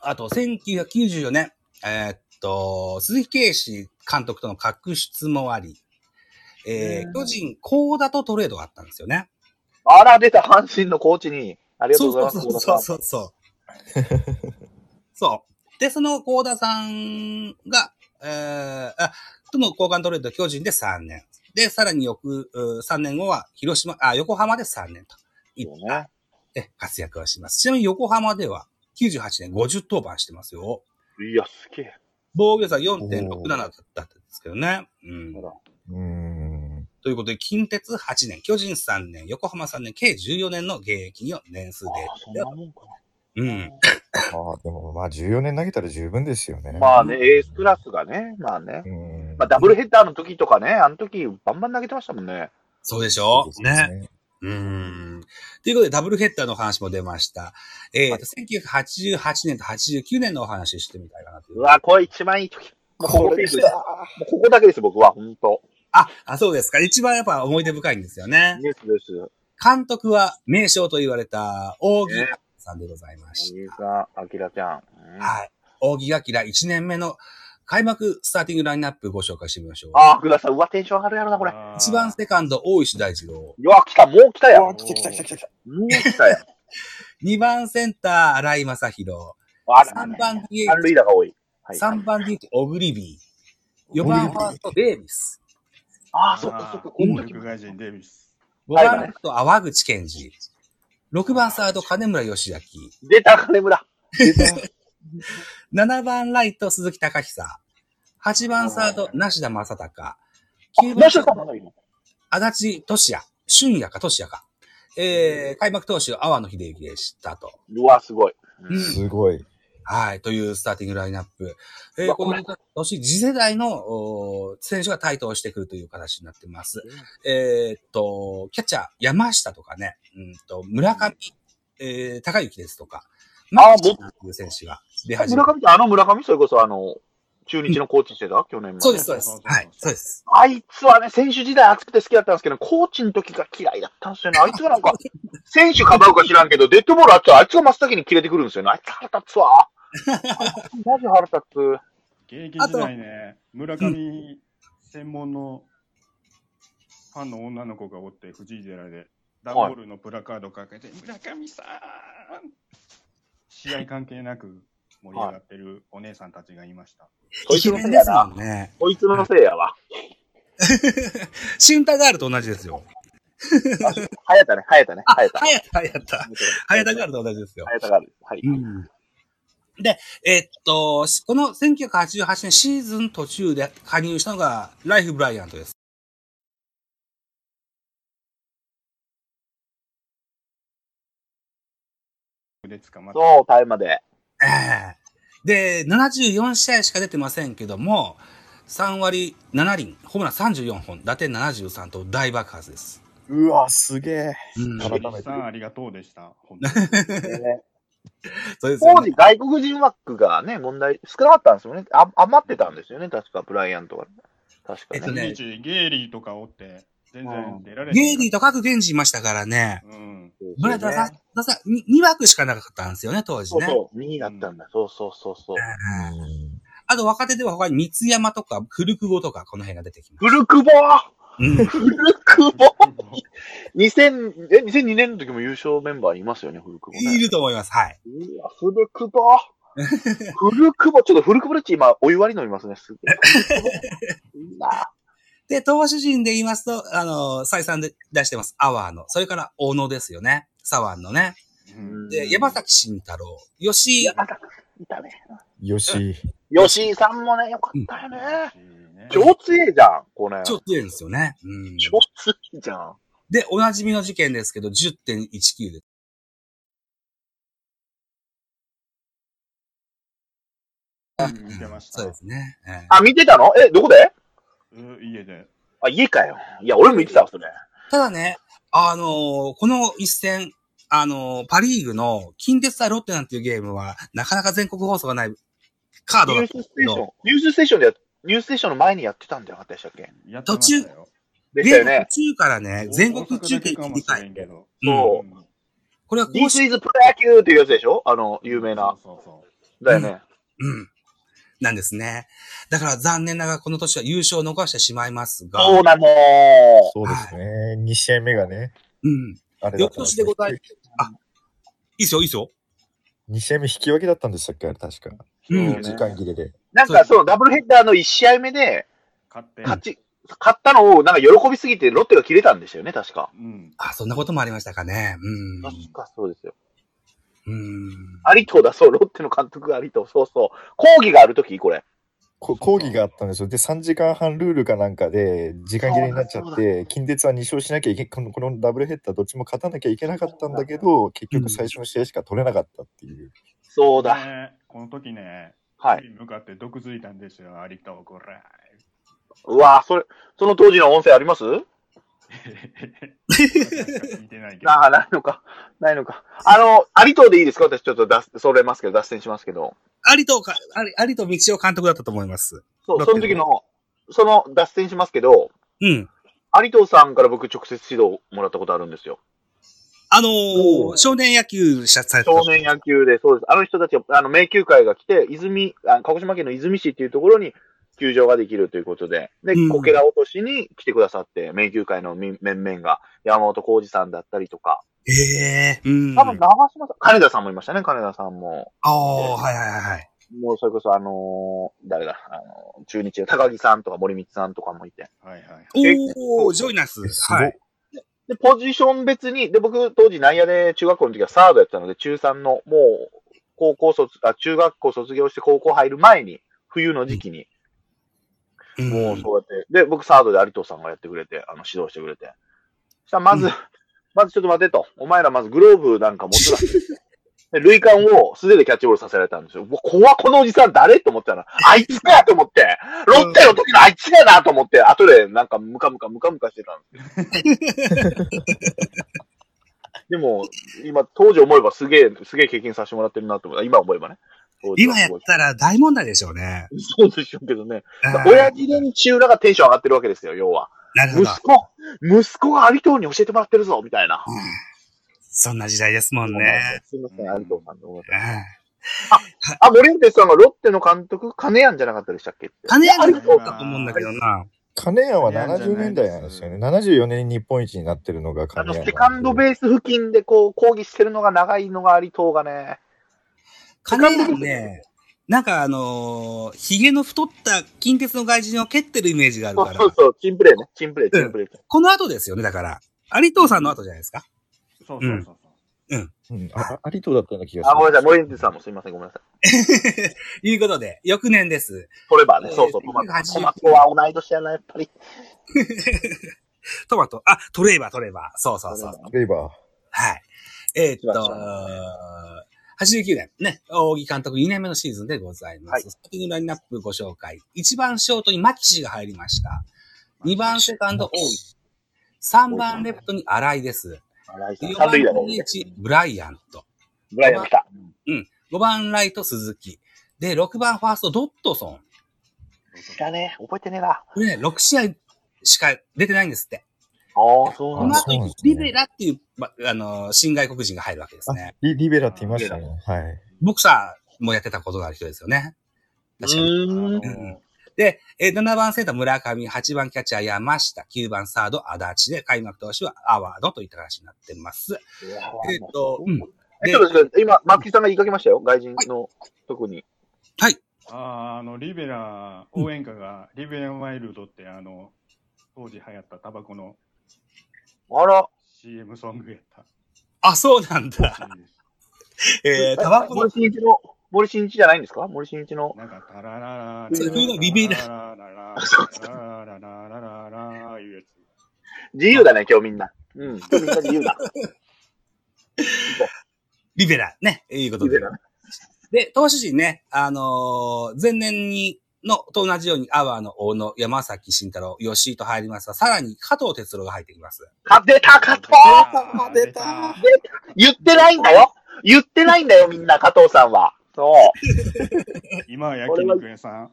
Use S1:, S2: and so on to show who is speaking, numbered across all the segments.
S1: あと、1994年、えーっと、鈴木啓史監督との確執もあり、え
S2: う
S1: ー、
S2: ん
S1: 巨人、高田とトレードがあったんですよね。
S3: あら、出た、阪神のコーチに。ありがとうございます、
S1: そう
S3: 小田
S1: そう
S3: さ
S1: そ
S3: ん
S1: うそう。そう。で、その高田さんが、えー、あとの交換トレード、巨人で3年。で、さらに翌う3年後は、広島、あ、横浜で3年と。い
S3: そうね。
S1: で、活躍をします。ちなみに横浜では、98年50登板してますよ。
S3: いや、すげえ。
S1: 防御差4.67だったんですけどね。うん。
S2: うーん。
S1: ということで、近鉄8年、巨人3年、横浜3年、計14年の現役の年数
S3: あ
S1: で
S3: あ、そんなもんか。
S1: うん。
S2: まあ、でも、まあ、14年投げたら十分ですよね。
S3: まあね、エースクラスがね、まあね
S2: う。ん。
S3: まあ、ダブルヘッダーの時とかね、あの時、バンバン投げてましたもんね。
S1: そうでし
S2: そ
S1: ょ
S2: うです
S1: ね。うーん。ということで、ダブルヘッダーのお話も出ました。えっ、と、1988年と89年のお話ししてみたいかなという
S3: うわ、これ一番いい時。もうここ
S2: これ
S3: で
S2: 来
S3: す。
S2: た
S3: もうここだけです、僕は、本当
S1: あ、あ、そうですか。一番やっぱ思い出深いんですよね。
S3: ですです。
S1: 監督は名将と言われた、大木さんでございまし
S3: 三
S1: た。
S3: 浦明ちゃん。うん
S1: はい。大木明1年目の開幕スターティングラインナップご紹介してみましょう。
S3: ああ、福田さん、うわ、テンション上がるやろな、これ。う
S1: 1番セカンド、大石大二郎。
S3: わ、来た、もう来たやん。
S2: わ
S3: も
S2: あ、来た来た来た来た。
S3: う来たやん。
S1: 2番センター、荒井正宏。
S3: あら、
S1: 3番 DH、
S3: 三塁打が多い。はい。
S1: 3番 DH、オグリビー。4番ファースト、デイビス。
S3: ああ、そっかそっか、こ
S4: 音
S3: の時
S4: 楽。外人デイビス。
S1: 5番レフト、淡口健二。6番サード、金村義明。
S3: 出た、金村。
S1: 7番ライト、鈴木隆久。8番サード、梨田正隆。9
S3: ど
S1: 番
S3: うし
S1: シ
S3: た
S1: ョート、
S3: の今。
S1: 足立俊也。俊也か俊也か。えー、開幕投手、阿波野秀幸でしたと。
S3: うわ、すごい。
S1: うん
S2: すごい。
S1: はい、というスターティングラインナップ。え
S3: う
S1: ー、
S3: わ
S1: こ
S3: こ
S1: の
S3: れ
S1: 年、次世代のおー選手が台頭してくるという形になってます。えーっと、キャッチャー、山下とかね、うんと村上、えー、高之ですとか、
S3: あー
S1: 牧という選手が出始め
S3: 村上って、あの村上、それこそ、あの、中日のコーチしてた、去年まで。
S1: そうです、そうで
S4: そう
S1: す
S4: そ。うそう
S1: はい、そうです。
S3: あいつはね、選手時代熱くて好きだったんですけど、コーチの時が嫌いだったんですよね。あいつがなんか、選手かばうか知らんけど、デッドボールあったら、あいつが真っ先に切れてくるんですよね。あいつ腹立つわ。マジ腹立つ。
S4: 現役時代ね、村上専門のファンの女の子がおって、藤井寺で、ダンボールのプラカードかけて、村上さん試合関係なく盛り上がってるお姉さんたちがいました。
S3: こいつのせいやな。
S1: んね。
S3: こいつのせいやわ。
S1: シンタガールと同じですよ。
S3: はやたね、はやたね、はやた。
S1: はやた、はやた。はやたガールと同じですよ
S3: は。やたがある。はい。
S1: うんで、えーっと、しこの1988年シーズン途中で加入したのが、ライフ・ブライアントです。
S4: で捕まって、
S3: そう、タイまで。
S1: ええで、74試合しか出てませんけども、3割7厘、ホームラン34本、打点73と大爆発です。
S2: うわ、すげえ。
S1: うん、
S2: 改
S1: そ
S2: め
S4: 藤
S2: て
S4: 井さんありがとうでした。本 当に
S1: うですよ
S3: 当
S1: ね。
S3: 時、外国人枠がね、問題、少なかったんですよね。あ余ってたんですよね、確か、ブライアントが。確
S1: えっと
S3: か
S1: ね
S3: ね。
S4: 中日ゲイリーとかおって、全然出られて
S1: ゲイリーと各源氏いましたからね。
S4: うん。
S1: ブライダーさん、ダさん、2枠しかなかったんですよね、当時
S3: そう
S1: ね。
S3: そう、2位だったんだ。そうそうそうそう。
S1: うん
S2: うん
S1: あと若手では他に三山とか古久保とかこの辺が出てきます。
S3: 古久保
S1: うん。
S3: 古久保2000え2002年の時も優勝メンバーいますよね、古久保、ね。
S1: いると思います。はい。
S3: うわ、古久 保古久保、ちょっと古久保レッチ今、お湯割り飲みますね、すぐ。 いいな
S1: で、投手陣で言いますと、あの、再三で出してます。アワーの。それから、小野ですよね。サワンのね。
S4: うん
S1: で、山。崎慎太郎、吉井
S3: 山崎、いたね。
S2: よし。
S3: 吉井さんもね、よかったよね。
S4: ね
S3: 超強いじゃん、これ。
S1: ちょっ
S3: 超
S1: と強いんですよね。うん、
S3: 強いじゃん。
S1: で、おなじみの事件ですけど、10.19で。
S4: うん見てました
S1: そうですね。ええ
S3: あ、見てたのえ、どこで
S4: うん家で。
S3: あ、家かよ。いや、俺も見てたわ、それ。
S1: ただね、あのーこの一戦、あのーパリーグの近鉄対ロッテなんていうゲームは、なかなか全国放送がないカードだ
S3: ニュ
S1: っ
S3: ー
S1: たん
S3: ス
S1: です
S3: ステ
S1: け
S3: ーショ
S1: ど
S3: ン、、ニュースステーションでや、ニュースステーションの前にやってたんじゃなかったでしたっけ
S4: やってましたよ
S3: でし
S1: ゲ
S3: た
S1: ー
S3: よ
S1: ム
S3: ね。
S1: 途中からね、全国中継切り替え。
S4: え。
S1: うん
S3: そ
S4: うん
S1: これは公
S3: This
S1: 式、
S3: is プロ野球っていうやつでしょあの、有名な。
S4: そうそうそう
S3: だよね。
S1: うん。なんですね。だから残念ながらこの年は優勝を逃してしまいますが、
S3: そうなの
S2: そうですね。2試合目がね、
S1: うん。い
S2: あれだったん
S1: 翌年でございいですよ、いいですよ。
S2: 2試合目引き分けだったんでしたっけあれ確か。
S1: うん
S4: そうね
S2: 時間切れで。
S3: なんかそう、ダブルヘッダーの1試合目で、
S4: 勝って、
S3: 勝ち、勝ったのを、なんか喜びすぎて、ロッテが切れたんでしたよね、確か。
S4: うん。
S1: あ、そんなこともありましたかね。うん。
S3: 確かそうですよ。
S1: うん。
S3: 有藤だ、そう、ロッテの監督が有藤、そうそう。抗議があるとき、これ。
S2: こ抗議があったんですよ。で、3時間半ルールかなんかで、時間切れになっちゃ
S3: そうだ
S2: っ
S3: そ
S2: て、近鉄は2勝しなきゃいけ、このこのダブルヘッダーどっちも勝たなきゃいけなかったんだけど、結局最初の試合しか取れなかったっていう。
S3: そうだ。
S4: ねこの時ね、
S3: はい。
S4: 向かって毒づいたんですよ、有田をこら。
S3: うわぁ、それ、その当時の音声あります
S4: 聞いてないけど。
S3: ああ、ないのか。ないのか。あの、有藤でいいですか私ちょっと脱、それますけど、脱線しますけど。
S1: 有藤か、有有藤道夫監督だったと思います。
S3: そう、
S1: だって
S3: その時の、その脱線しますけど、
S1: うん。
S3: 有藤さんから僕直接指導もらったことあるんですよ。
S1: あのー
S3: おう
S1: 少年野球されてた。
S3: 少年野球で、そうです。あの人たち、あの、迷宮会が来て、泉、あ鹿児島県の泉市っていうところに、球場ができるということで、で
S1: うん、
S3: こけら落としに来てくださって、迷宮会のみ面々が、山本浩二さんだったりとか、
S1: ええうん。
S3: 多分長島さん、金田さんもいましたね、金田さんも。
S1: ああ、はいはいはいはい。
S3: もうそれこそ、あのー誰だ、あのー中日の高木さんとか森光さんとかもいて。
S4: はいはい。
S1: おおジョイナス。
S2: すごい
S1: はい。
S3: で、ポジション別に、で、僕、当時内野で中学校の時はサードやってたので、中3の、もう、高校卒、あ、中学校卒業して高校入る前に、冬の時期に、
S1: うん
S3: もうそうやって、で、僕サードで有藤さんがやってくれて、あの、指導してくれて。そしたら、まず、
S1: うん
S3: まずちょっと待てと。お前らまずグローブなんか持つなって言って。 で、類間を素手でキャッチボールさせられたんですよ。うわ怖っこのおじさん誰と思ってたら、あいつかやと思って、ロッテの時のあいつやなと思って、後でなんかムカムカムカムカしてたん ですよ。でも、今、当時思えばすげえ、すげえ経験させてもらってるなと思う。今思えばね。当時
S1: 今
S3: はす
S1: やっ
S3: ごい
S1: たら大問題でしょうね。
S3: そうでしょうけどね。
S1: あー
S3: 親父連中らがテンション上がってるわけですよ、要は。
S1: なるほ
S3: 息
S1: ど。
S3: 子、息子が有藤に教えてもらってるぞ、みたいな。
S1: そんな時代ですもんね。
S3: すみません、有藤さんでごめんなさい。
S1: うん
S3: あ、森内さんがロッテの監督、金谷じゃなかったでしたっけって
S1: 金谷
S3: 有
S1: だ
S3: 藤
S1: った
S3: さ
S1: と思うんだけどな。
S2: 金谷は
S4: 金谷じゃない
S2: 70年代なんですよね。74年に日本一になってるのが
S3: ん、あ
S2: 金
S3: の、
S2: 谷なん
S3: セ
S2: で。
S3: カンドベース付近でこう、抗議してるのが長いのが有藤がね。
S1: 金谷ね、なんかあのー、髭の太った近鉄の外人を蹴ってるイメージがある
S3: そ
S1: か
S3: う
S1: ら
S3: そ。うそう、チンプレーね。チンプレー、チンプレー。
S1: この後ですよね、だから。有藤さんの後じゃないですか。
S4: そうそうそうそう。
S2: うん、ああ有藤だったような気がする。
S3: あ、ごめんなさい、森内さんもすみません、ごめんなさい。
S1: いうことで、翌年です。
S3: トレバーね、
S1: えー
S3: そうそう、トマト。
S1: 1989
S3: トマトは同い年やな、やっぱり。
S1: トマト、あ、トレーバー、トレーバー。そうそうそう。
S2: レイバー。
S1: はい。えーっ
S3: 一番
S1: と
S3: 下の、
S1: 89年、ね、大木監督2年目のシーズンでございま
S3: はい
S1: す。先にラインナップご紹介。1番ショートにマキシが入りました。2番セカンド大井。3番レフトに新井です。
S3: 荒井さん
S1: 4
S3: 三
S1: 番
S3: 塁打の
S1: DH、ブライアント。
S3: ブライアン来た。
S1: 5番ライト、鈴木。で、6番ファースト、ドットソン。
S3: 知らねえ、覚えてねえな。
S1: これね、6試合しか出てないんですって。
S3: ああ、そう
S1: こ
S3: なん
S1: の
S3: だ。
S1: 後にリベラっていう、まあの、新外国人が入るわけですね。
S2: リリベラって言いましたね。はい。
S1: ボクサーもやってたことがある人ですよね。
S3: う
S1: 確かに。
S3: ーん。
S1: うんで、えー7番センター村上、8番キャッチャー山下、9番サード足立で、開幕投手はアワードといった話になってます。えーっと、うん。で
S3: えちょっと待って今、松木さんが言いかけましたよ、外人の、特に。
S4: ああ、あの、リベラ応援歌が、リベラワイルドって、あの、当時流行ったタバコの
S3: あら、
S4: CM ソングやった。
S1: あ、そうなんだ。 えー、タバコの
S3: 森進一の、森進一じゃないんですか森進一の。
S4: なんか、タララララ。ラララララララララいうやつ。
S3: 自由だね、今日みんな。うん、今日みんな 自由だ。
S1: リベラ、ね、いうこと
S3: リベ
S1: で。
S3: ラね
S1: で、投手陣ね、あのー前年に、の、と同じように、アワーの大野、山崎慎太郎、吉井と入りますが、さらに加藤哲郎が入ってきます。
S3: 勝てた、加藤
S4: 出た
S3: 言ってないんだよ言ってないんだよ、みんな、加藤さんは。そう。
S4: 今は焼肉屋さん。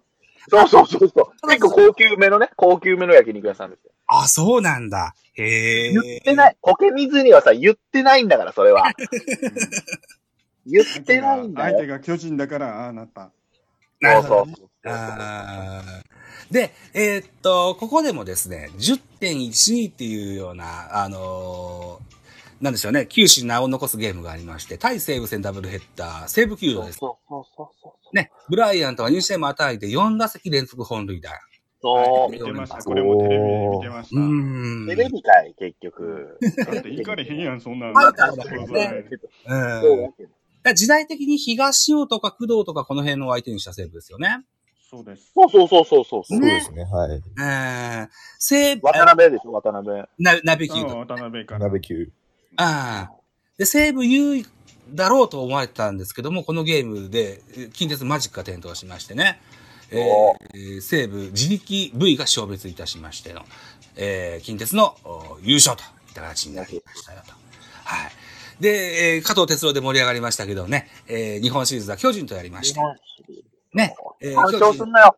S3: そうそうそう そう。結構高級めのね、高級めの焼肉屋さんですよ。
S1: あ、そうなんだ。へえ。
S3: 言ってない。苔水にはさ、言ってないんだから、それは。言ってないんだ
S4: 相
S3: よ。
S4: 手が巨人だから、ああなった。
S1: なるほど
S3: そうそう。
S1: あーで、えーっと、ここでもですね、10.12っていうような、あのーなんでしょうね、九死に名を残すゲームがありまして、対西武戦ダブルヘッダー、西武球
S3: そ
S1: 場
S3: う
S1: です。
S3: そうそうそうそう。
S1: ね、ブライアントは2試合も与えて4打席連続本塁打。
S3: そ
S4: 見てました。これもテレビで見てまし
S1: うー
S4: た。
S3: う。
S1: ん。
S3: テレビかい、結局。
S4: だって、いかれへんやん、そんなの。
S1: あだ
S3: そう
S1: からね
S3: だ
S1: うん。だか
S3: けど
S1: ら時代的に東尾とか工藤とかこの辺のを相手にした西武ですよね。
S4: そうです。
S3: そうそうそうそうそうそう
S2: そうですね、はい。
S1: えー、西武、
S3: 渡辺でしょ、渡辺。
S1: な、なべき
S4: ああ渡辺から。
S2: 鍋球。
S1: ああ。で、西武優位だろうと思われたんですけども、このゲームで、えー近鉄マジックが点灯しましてね、え
S3: お
S1: ーえー西武自力 V が消滅いたしましての、えー近鉄のお優勝といった形になりましたよと。はい。で、えー加藤哲郎で盛り上がりましたけどね、えー日本シリーズは巨人とやりまし
S3: 日
S1: て、
S3: 本シリーズ。
S1: ね、えー
S3: 干
S1: 巨
S3: 渉すん
S1: 人、
S3: なよ。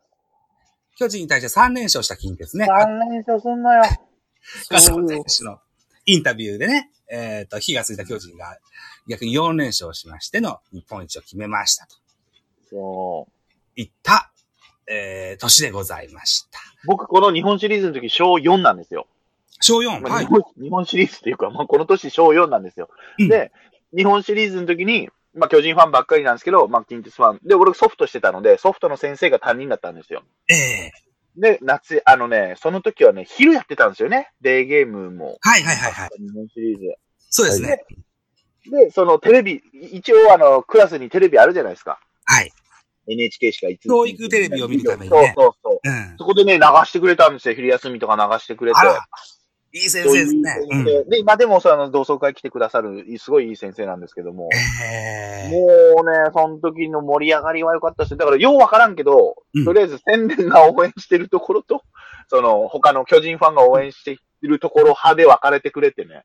S1: 巨人に対して3連勝した近鉄ね、
S3: 3連勝すんなよ。
S1: 加藤選手のインタビューでね、えっ、と、火がついた巨人が逆に4連勝しましての日本一を決めましたと
S3: そう。
S1: いった、えー、年でございました。
S3: 僕、この日本シリーズの時、小4なんですよ。
S1: 小4、
S3: まあ
S1: は
S3: 日
S1: い。
S3: 本日本シリーズっていうか、まあ、この年小4なんですよ。
S1: うん
S3: で、日本シリーズの時に、まあ、巨人ファンばっかりなんですけど、まあ、近鉄ファン。で、俺ソフトしてたので、ソフトの先生が担任だったんですよ。
S1: ええ
S3: で、夏、あのね、その時はね、昼やってたんですよね。デーゲームも。
S1: はいはいはいはい。
S3: 日本シリーズ。
S1: そうですね。
S3: で、そのテレビ、一応あの、クラスにテレビあるじゃないですか。
S1: はい。
S3: NHK しかいつ
S1: 教育テレビを見るために
S3: そう
S1: ね
S3: そうそう。
S1: うん。
S3: そこでね、流してくれたんですよ。昼休みとか流してくれて。
S1: あら、いい先生
S3: そうい
S1: で
S3: う
S1: すね。うん。
S3: 先生で、今でもその同窓会来てくださる、すごいいい先生なんですけども。
S1: ええ
S3: もうね、その時の盛り上がりは良かったし、だからようわからんけど、
S1: うん
S3: とりあえず宣伝が応援してるところと、 その他の巨人ファンが応援しているところ派で分かれてくれ てね。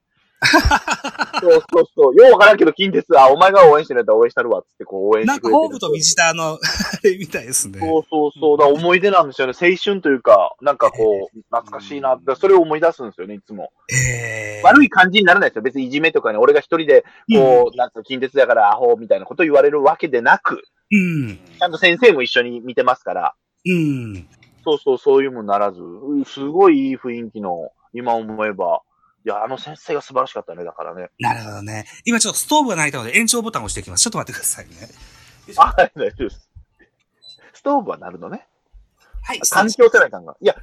S3: そうそうそう。ようわからんけど、近鉄、あ、お前が応援してるんだったら応援したるわ、つってこう応援し
S1: なん
S3: てく
S1: か、
S3: れてる。
S1: ホームとビジターの、あれみたいですね。
S3: そうそうそう。だから思い出なんですよね。青春というか、なんかこう、懐かしいな。だからそれを思い出すんですよね、いつも。
S1: ええ
S3: 悪い感じにならないですよ。別にいじめとかに、俺が一人で、こう、なんか近鉄だからアホみたいなこと言われるわけでなく、
S1: うん。
S3: ちゃんと先生も一緒に見てますから、
S1: うん。
S3: そうそう、そういうもんならず、うんすごいいい雰囲気の、今思えば、いや、あの先生が素晴らしかったね、だからね。
S1: なるほどね。今ちょっとストーブが鳴いたので延長ボタンを押していきます。ちょっと待ってくださいね。
S3: あ、大丈夫です。ストーブはなるのね。
S1: はい。失礼
S3: 換
S1: し
S3: 気をせないかんが。いや、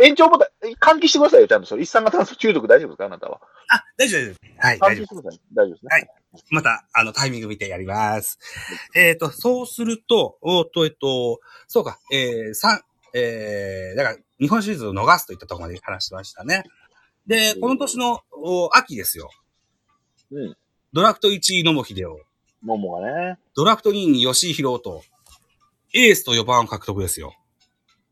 S3: え、延長ボタン、え換気してくださいよ、ちゃんと。それ一酸化炭素中毒大丈夫ですかあなたは。
S1: あ、大丈夫です。はい、大丈
S3: 換気
S1: 夫
S3: してください。大丈夫ですね。
S1: はいまた、あの、タイミング見てやります。えっ、と、そうすると、おーっと、えっと、そうか、えー、三、えー、だから、日本シリーズを逃すといったところまで話しましたね。で、この年のお秋ですよ。
S3: うん。
S1: ドラフト1位野茂秀夫、
S3: 桃がね。
S1: ドラフト2位に吉井宏と、エースと4番を獲得ですよ。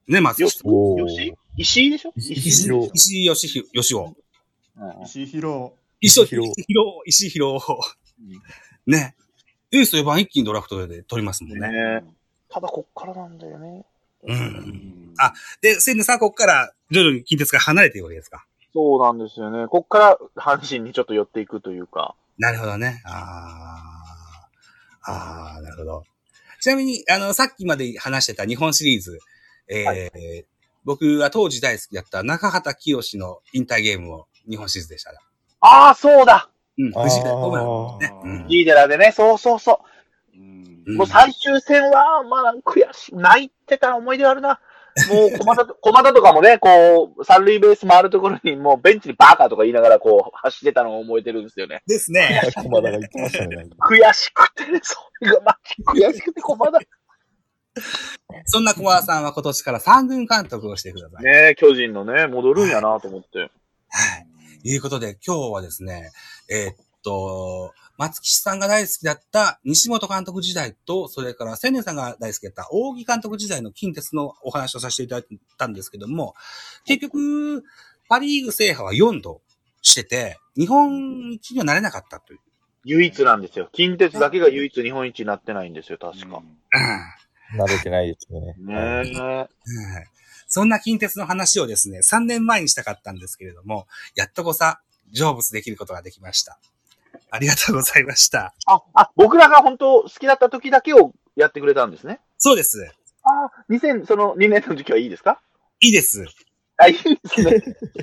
S1: ね、松
S3: よ
S1: 下
S3: し、。
S2: おー
S3: よし石井でしょ
S2: 石井
S1: 石
S2: 石井宏
S1: 井義弘、義雄。
S3: うん
S4: 石井宏。
S1: 石井
S2: 石井宏
S1: 宏、石井宏。ね。エースと4番一気にドラフトで取りますもんね。
S3: ねただ、こっからなんだよね。
S1: う。
S4: うんん
S1: あで、千年さん、ここから徐々に近鉄から離れていくわけですか。
S3: そうなんですよね。こっから、阪神にちょっと寄っていくというか。
S1: なるほどね。ああ。ああ、なるほど。ちなみに、あの、さっきまで話してた日本シリーズ、えー
S3: はい
S1: 僕は当時大好きだった中畑清の引退ゲームも日本シリーズでしたね。
S3: ああ、そうだ
S1: うん、
S2: あー
S1: 藤井ホームラン
S4: あ
S1: ね
S4: ー
S1: うん
S3: ジーデラでね、そうそうそう。
S4: うん
S1: うん
S3: もう最終戦は、まあ、悔しい。泣いてた思い出はあるな。もう、駒田と、 駒田とかもね、こう、三塁ベース回るところに、もうベンチにバーカーとか言いながら、こう、走ってたのを覚えてるんですよね。
S1: ですね。
S2: 駒田が言ってましたね。なんか
S3: 悔しくてね、それがマジ悔しくて駒田。ね
S1: そんな小川さんは今年から三軍監督をしてください。
S3: え、巨人のね、戻るんやなと思って。
S1: はい。いうことで、今日はですね、えーっと、松吉さんが大好きだった西本監督時代と、それから千年さんが大好きだった大木監督時代の近鉄のお話をさせていただいたんですけども、結局、パリーグ制覇は4度してて、日本一にはなれなかったという。
S3: 唯一なんですよ。近鉄だけが唯一日本一になってないんですよ、確か。
S2: 慣れてない ですね。
S3: ねえ。
S1: うんうんそんな近鉄の話をですね、3年前にしたかったんですけれども、やっとこさ、成仏できることができました。ありがとうございました。
S3: あ、あ、僕らが本当好きだった時だけをやってくれたんですね。
S1: そうです。
S3: あ、2000、その2年の時期はいいですか
S1: いいです。
S3: あ、いいですね。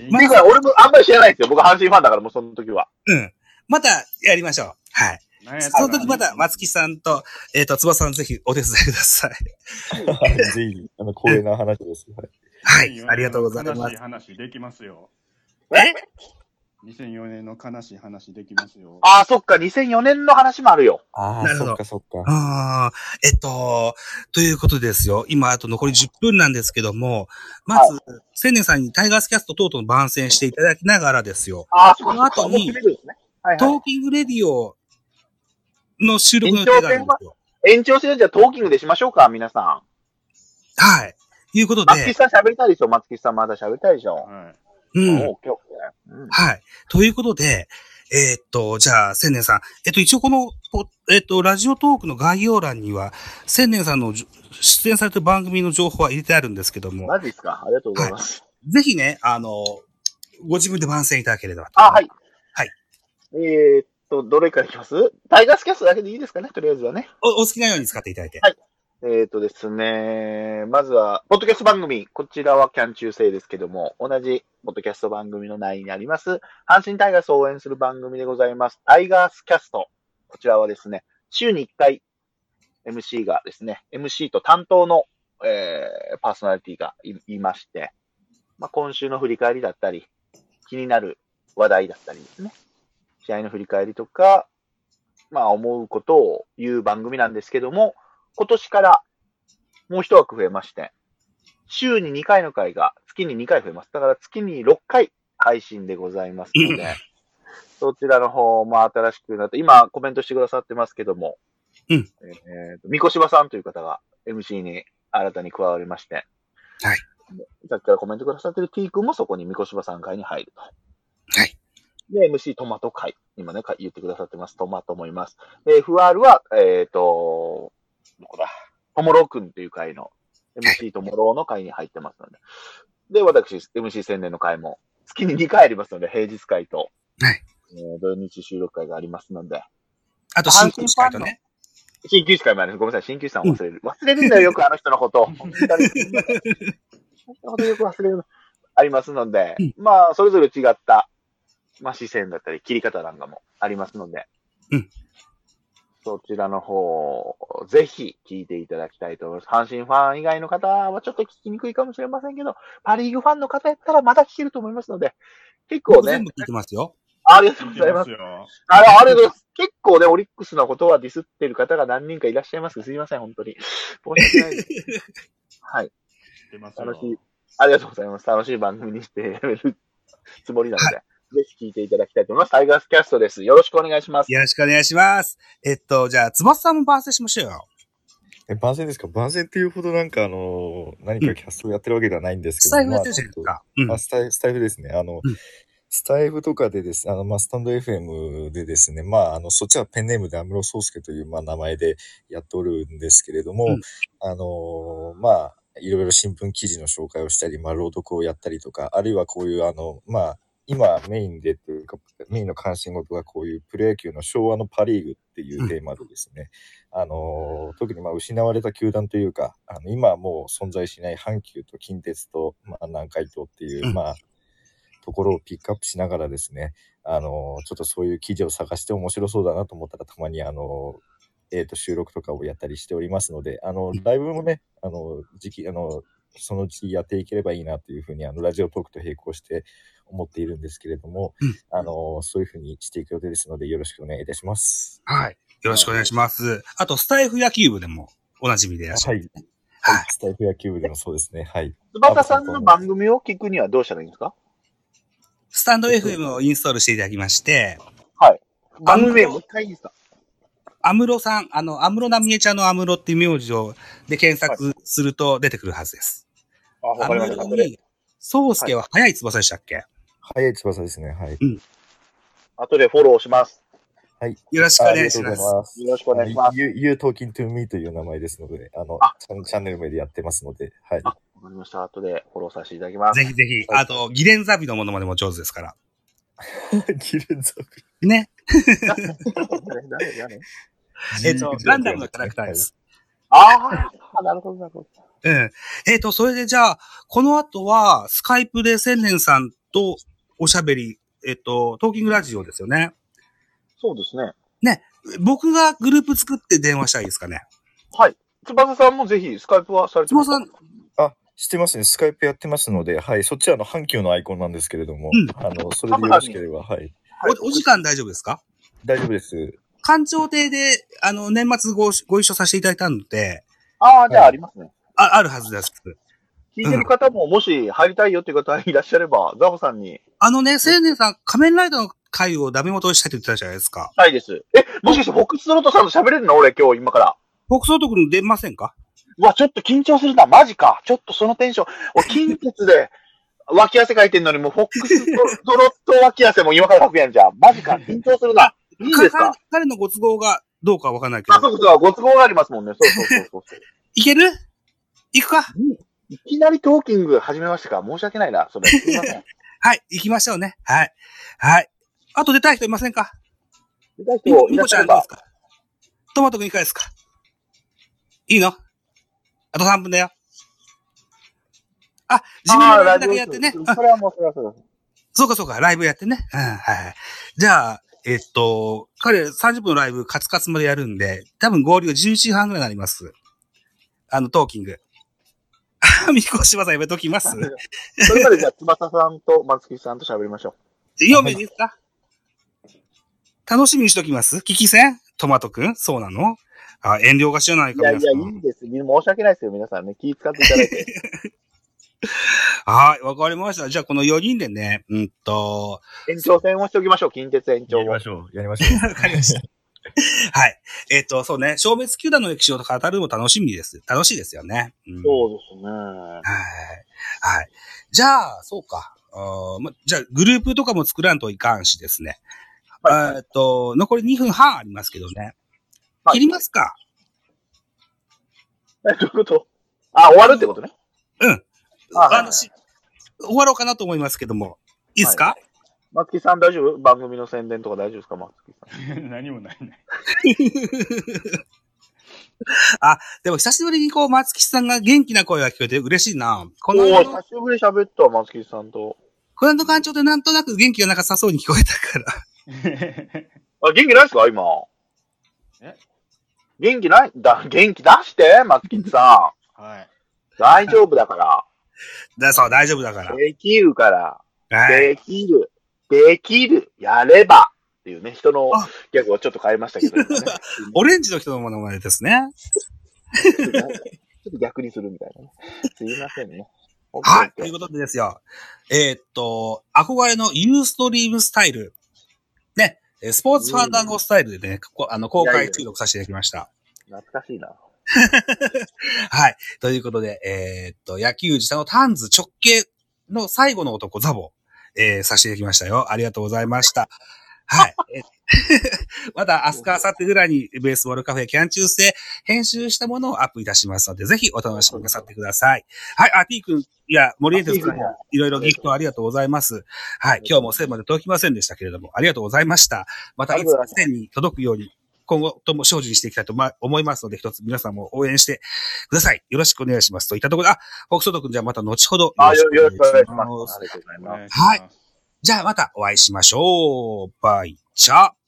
S1: ま
S3: ていうか、俺もあ んまり知らないですよ。僕、阪神ファンだから、もうその時は。
S1: うん。またやりましょう。はい。その時また松木
S4: さ
S1: さんと、えっ、と、つばさんぜひお手伝いください。
S2: ぜひ、あの、光栄な話です。はい、
S1: はい。ありがとうございま
S4: 悲しい
S1: す。
S4: 話できますよ。
S1: え
S4: 2004年の悲しい話できますよ。
S3: ああ、そっか、2004年の話もあるよ。
S1: な
S2: ああ、
S1: るほ
S2: そ
S1: ど
S2: っかそっか。
S1: ああ、えっと、ということですよ。今、あと残り10分なんですけども、まず、千年さんにタイガースキャスト等々の番宣していただきながらですよ。
S3: ああ、そっかそっ
S1: この後
S3: か、
S1: に
S3: もう決めるんですね。はい
S1: ト
S3: は
S1: ーキングレディオの収録の予定があるんですよ。
S3: い。延長戦はじゃあトーキングでしましょうか、皆さん。
S1: はい。いうこと
S3: 松木
S1: で、
S3: さん喋りたいでしょ、松木さんまだ喋りたいでしょ。
S4: は
S1: うん。
S3: もう今日、うん
S1: はい。ということで、えーっと、じゃあ、千年さん。えっと、一応この、ポえっと、ラジオトークの概要欄には、千年さんのじょ出演されてる番組の情報は入れてあるんですけども、
S3: マジですかありがとうございます。
S1: ぜひね、あの、ご自分で番宣いただければと。
S3: あ、はい。
S1: はい。
S3: えーっと、どれからいきますタイガースキャストだけでいいですかねとりあえずはね。
S1: お。お好きなように使っていただいて。
S3: えーっとですね、まずは、ポッドキャスト番組。こちらはキャン中制ですけども、同じポッドキャスト番組の内容にあります、阪神タイガースを応援する番組でございます。タイガースキャスト。こちらはですね、週に1回 MC がですね、MC と担当の、えーパーソナリティがいいまして、まあ、今週の振り返りだったり、気になる話題だったりですね、試合の振り返りとか、まあ思うことを言う番組なんですけども、今年からもう一枠増えまして、週に2回の回が月に2回増えます。だから月に6回配信でございますので、そちらの方も新しくなって、今コメントしてくださってますけども、
S1: うん
S3: えーと三越場さんという方が MC に新たに加わりまして、
S1: はい
S3: さっきからコメントくださってる T 君もそこに三越場さん会に入ると。
S1: はい。
S3: で、MC トマト会。今ね、か言ってくださってます。トマトもいます。で、FR は、えっ、と、どこだトモローくんという会の、MC トモローの会に入ってますので。で、私、MC 宣伝の会も、月に2回ありますので、平日会と、
S1: はい
S3: えー土日収録会がありますので、
S1: あと、新旧司会とね。
S3: 鍼灸師会もあります。ごめんなさい、鍼灸師さんを忘れる。忘れるん だよ、よくあの人のこと。本当に本当によく忘れる。ありますので、
S1: うん
S3: まあ、それぞれ違った、まあ、視線だったり、切り方なんかもありますので、
S1: うん
S3: そちらの方、ぜひ聞いていただきたいと思います。阪神ファン以外の方はちょっと聞きにくいかもしれませんけど、パリーグファンの方やったらまだ聞けると思いますので、結構
S1: 僕全
S3: ね
S1: 部、聞いてますよ。
S3: ありがとう
S4: い。い
S3: ご
S4: き
S3: ざいます
S4: ま。すよ。
S3: あれ、あれです。結構ね、オリックスのことはディスってる方が何人かいらっしゃいますけど、すいません、本当に。申し訳ないです。はい。
S4: 出ます
S3: 楽
S4: よ
S3: し。い、ありがとうございます。楽しい番組にしてやめるつもりなので、ぜひ聞いていただきたいと思います。タイガースキャストです。よろしくお願いします。
S1: よろしくお願いします。えっと、じゃあ、つばさんも番宣しましょうよ。
S2: え、番宣ですか番宣っていうほどなんか、あの、何かキャストをやってるわけではないんですけ
S1: ス
S2: ど、
S1: タイフやってるじゃないです
S2: まあ
S1: か。うん
S2: あ。スタイスタイフですね。あの、
S1: うん
S2: スタイフとかでですね、あの、まあ、スタンド FM でですね、まあ、あの、そっちはペンネームで安室宗介という、まあ、名前でやっておるんですけれども、
S1: うん
S2: あの、まあ、いろいろ新聞記事の紹介をしたり、まあ、朗読をやったりとか、あるいはこういう、あの、まあ、今メインでというか、メインの関心事がこういうプロ野球の昭和のパリーグっていうテーマでですね、あのー特にまあ失われた球団というか、あの今はもう存在しない阪急と近鉄と、まあ、南海道っていう、
S1: うん
S2: まあ、ところをピックアップしながらですね、あのーちょっとそういう記事を探して面白そうだなと思ったら、たまに、あのーえーと収録とかをやったりしておりますので、あのライブもね、あの時期、あのそのうちやっていければいいなというふうに、あのラジオトークと並行して思っているんですけれども、
S1: うん
S2: あのーそういうふうにしていく予定ですので、よろしくお願いいたします。
S1: はい。よろしくお願いします。あと、スタイフ野球部でもおなじみでいらっしゃ
S2: は
S1: る。
S2: い。
S1: はい。
S2: スタイフ野球部でもそうですね。はい。
S3: 翼さんの番組を聞くにはどうしたらいいんですか
S1: スタンド FM をインストールしていただきまして、
S3: 番組名もう一回いいですか
S1: アムロさん、あの、アムロナミエちゃんのアムロっていう名字を、で検索すると出てくるはずです。
S3: あ、わかりまし
S1: ア
S3: た。
S1: ム
S3: 後
S1: ロ
S3: で、
S1: に、ソウスケは早い翼でしたっけ、
S2: 早い翼ですね。はい。
S3: 後でフォローします。
S1: よろしくお願いします。
S2: す
S3: よろしくお願いします。
S2: ゆう、ゆうとうきんとみという名前ですので、あの、
S3: あ
S2: チャンチャンネル名でやってますので、はい。
S3: あわかりました。後でフォローさせていただきます。
S1: ぜひぜひ、あと、ギレンザビのものまでも上手ですから。
S2: ギレンザブ
S1: ね。
S3: 誰誰誰
S1: えっと、ガンダムのキャラクターです。
S3: ああ、なるほど、なるほど。
S1: うん。えっと、それでじゃあ、この後は、スカイプで千年さんとおしゃべり、えっと、トーキングラジオですよね。
S3: そうですね。
S1: 僕がグループ作って電話したらいいですかね。
S3: はい。翼さんもぜひ、スカイプはされてますか
S1: 翼
S2: あ、してますね。スカイプやってますので、はい。そっちはあの、阪急のアイコンなんですけれども、
S1: うん
S2: あの、それでよろしければ、はい。
S3: はい
S1: おお時間大丈夫ですか
S2: 大丈夫です。
S1: 官庁亭で、あの、年末ごご一緒させていただいたので、
S3: ああ、じゃあありますね。
S1: ああるはずです。
S3: 聞いてる方も、もし入りたいよっていう方いらっしゃれば、ザボさんに、
S1: あのね、千年さん、仮面ライダーの回をダメ元にしたいって言ってたじゃないですか。
S3: したいです。え、もしかして、フォックストロットさんと喋れるの俺、今日、今から。
S1: フォックストークに出ませんか
S3: うわ、ちょっと緊張するな、マジか。ちょっとそのテンション。俺、近鉄で、 脇汗かいてんのに、もう、フォックストロット脇汗も今からかくやんじゃん。マジか、緊張するな。 いいです
S1: 彼
S3: か
S1: 彼のご都合がどうかわかんないけ
S3: あ、そ
S1: ど。
S3: うそう、ご都合がありますもんね。そうそうそうそう。
S1: いける行くか
S3: いきなりトーキング始めましたか申し訳ないな、それ。すいません。
S1: はい、行きましょうね。はい。はい。あと出たい人いませんか
S3: 出たい
S1: み
S3: 人い
S1: み
S3: ら
S1: こ
S3: っし
S1: ち
S3: ゃ
S1: ゃ
S3: れ
S1: んどうで
S3: ば
S1: す、かトマトくんいかがですかいいのあと3分だよ。あ、地味
S3: あ
S1: な
S3: ー
S1: ライブだけやってね。
S3: ラジオ
S1: あ
S3: それはもう、それはそうです。
S1: そうかそうか、ライブやってね。うん、はいはい。じゃあ、えっと、彼30分のライブカツカツまでやるんで、多分合流が11時半ぐらいになります。あの、トーキング。 あ、みこしばさんやめとき ます。
S3: それまでじゃあ、翼さんと松木さんと喋りましょ。
S1: 4名ですか楽しみにしときます聞き戦トマトくんそうなのあ、遠慮がしじゃないう
S3: い
S1: か、
S3: や
S1: 皆
S3: い
S1: さ
S3: や、い
S1: ん。
S3: いです。申し訳ないですよ、皆さんね。気使っていただ いて。
S1: はい、わかりました。じゃあ、この4人でね、うんと、
S3: 延長戦をしておきましょう、近鉄延長
S2: や
S3: を
S2: り。ましょう。やりましょう。
S1: わかりました。はい。えっ、と、そうね、消滅球団の歴史を語るのも楽しみです。楽しいですよね。うん
S3: そうですね。
S1: はい。はい。じゃあ、そうか。あーま、じゃあ、グループとかも作らんといかんしですね。
S3: はい
S1: えっと、残り2分半ありますけどね。
S3: はい
S1: 切りますか
S3: え、どういうことあ、終わるってことね。
S1: うん。
S3: あはい
S1: あの、し終わろうかなと思いますけども。いいですか、
S3: 松木さん大丈夫番組の宣伝とか大丈夫ですか松木さん。
S4: 何もないね。
S1: でも久しぶりにこう、松木さんが元気な声が聞こえて嬉しいな。この、
S3: おお、久しぶりに喋ったわ、松木さんと。
S1: グランド館長でなんとなく元気がなさそうに聞こえたから。
S3: あ、元気ないですか今。
S4: え
S3: 元気ないだ、元気出して、松木さん。
S4: はい。
S3: 大丈夫だか。
S1: だそう、大丈夫だから
S3: できるから。
S1: ら。はい。
S3: できる。できる。やれば。っていうね、人の
S1: あ
S3: ギャグをちょっと変えましたけど、今ね
S1: オレンジの人のものまねですね。
S3: ちょっと逆にするみたいなね。すいませんね。
S1: はい。ということでですよ。えーっと、憧れのユーストリームスタイル。ね。えースポーツファンダンゴスタイルでね、こあの公
S3: いやい
S1: 開
S3: や
S1: 収録させていただきました。
S3: 懐かしいな。
S1: はい。ということで、えーっと、野球自体のタンズ直系の最後の男、ザボ、えー、させていただきましたよ。ありがとうございました。はい。 えまた、明日か明後日ぐらいに、ベースボールカフェキャン中で編集したものをアップいたしますので、ぜひお楽しみくださってください。はい。あ、T 君、いや、森江哲君
S3: あ T 君
S1: もいろいろギフトありがとうございます。はい。今日も線まで届きませんでしたけれども、ありがとうございました。また、いつか線に届くように、今後とも精進していきたいとま思いますので、一つ皆さんも応援してください。よろしくお願いします。といったところで、あ、北斗君じゃあまた後ほど
S3: あ、よよろしくお願いします。ありがとうござい
S4: お
S3: ます
S4: 願いします。
S1: じゃあまたお会いしましょう。バイチャー。